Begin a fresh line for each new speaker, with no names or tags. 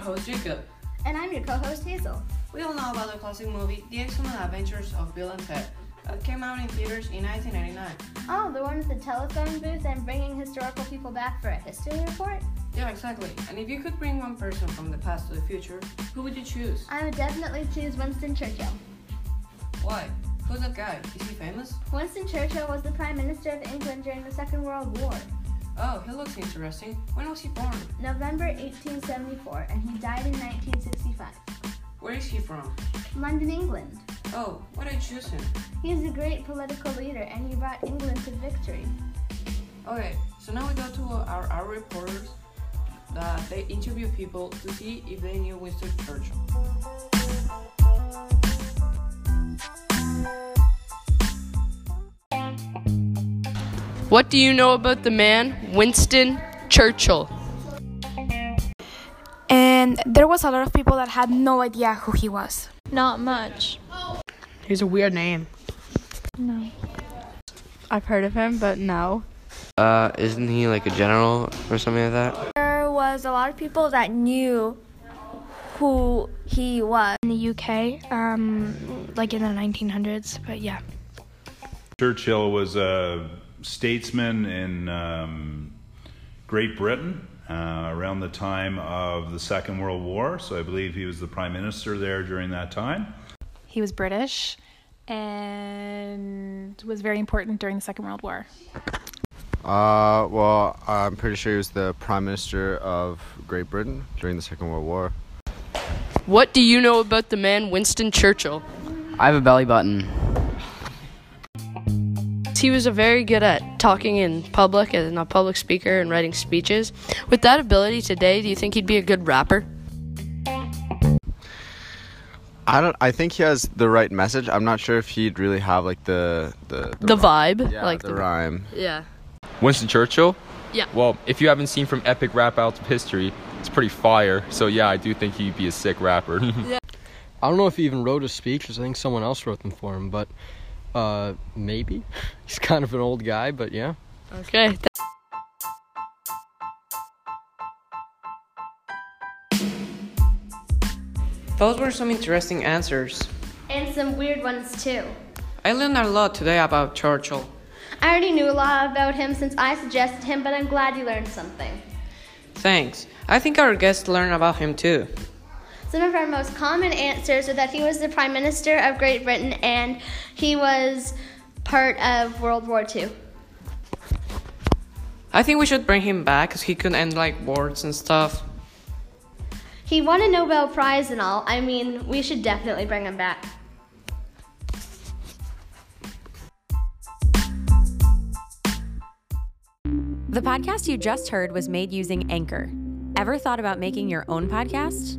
host Jacob.
And I'm your co host Hazel.
We all know about the classic movie The Excellent Adventures of Bill and Ted that came out in theaters in 1999.
Oh, the one with the telephone booth and bringing historical people back for a history report?
Yeah, exactly. And if you could bring one person from the past to the future, who would you choose?
I would definitely choose Winston Churchill.
Why? Who's that guy? Is he famous?
Winston Churchill was the Prime Minister of England during the Second World War,
Oh, he looks interesting. When was he born?
November 1874, and he died in 1965.
Where is he from?
London, England.
Oh, why did I choose him?
He is a great political leader and he brought England to victory.
Okay, so now we go to our, our reporters that they interview people to see if they knew Winston Churchill.
What do you know about the man, Winston Churchill?
And there was a lot of people that had no idea who he was.
Not much.
He's a weird name.
I've heard of him, but no.
Uh, isn't he like a general or something like that?
There was a lot of people that knew who he was.
In the UK, um, like in the 1900s, but yeah.
Churchill was a statesman in um, Great Britain uh, around the time of the Second World War. So I believe he was the prime minister there during that time.
He was British and was very important during the Second World War.
Uh, well, I'm pretty sure he was the Prime Minister of Great Britain during the Second World War.
What do you know about the man, Winston Churchill?
I have a belly button.
He was a very good at talking in public and a public speaker and writing speeches. With that ability today, do you think he'd be a good rapper?
I don't. I think he has the right message. I'm not sure if he'd really have like the the
The vibe,
yeah,
like
the,
the-
rhyme.
Yeah.
Winston Churchill?
Yeah.
Well, if you haven't seen from epic rap outs of history, it's pretty fire. So yeah, I do think he'd be a sick rapper.
I don't know if he even wrote his speeches. I think someone else wrote them for him, but uh, maybe. He's kind of an old guy, but yeah.
Okay. th-
Those were some interesting answers.
And some weird ones too.
I learned a lot today about Churchill.
I already knew a lot about him since I suggested him, but I'm glad you learned something.
Thanks. I think our guests learned about him too.
Some of our most common answers are that he was the Prime Minister of Great Britain and he was part of World War II.
I think we should bring him back because he could end like words and stuff.
He won a Nobel Prize and all. I mean, we should definitely bring him back.
The podcast you just heard was made using Anchor. Ever thought about making your own podcast?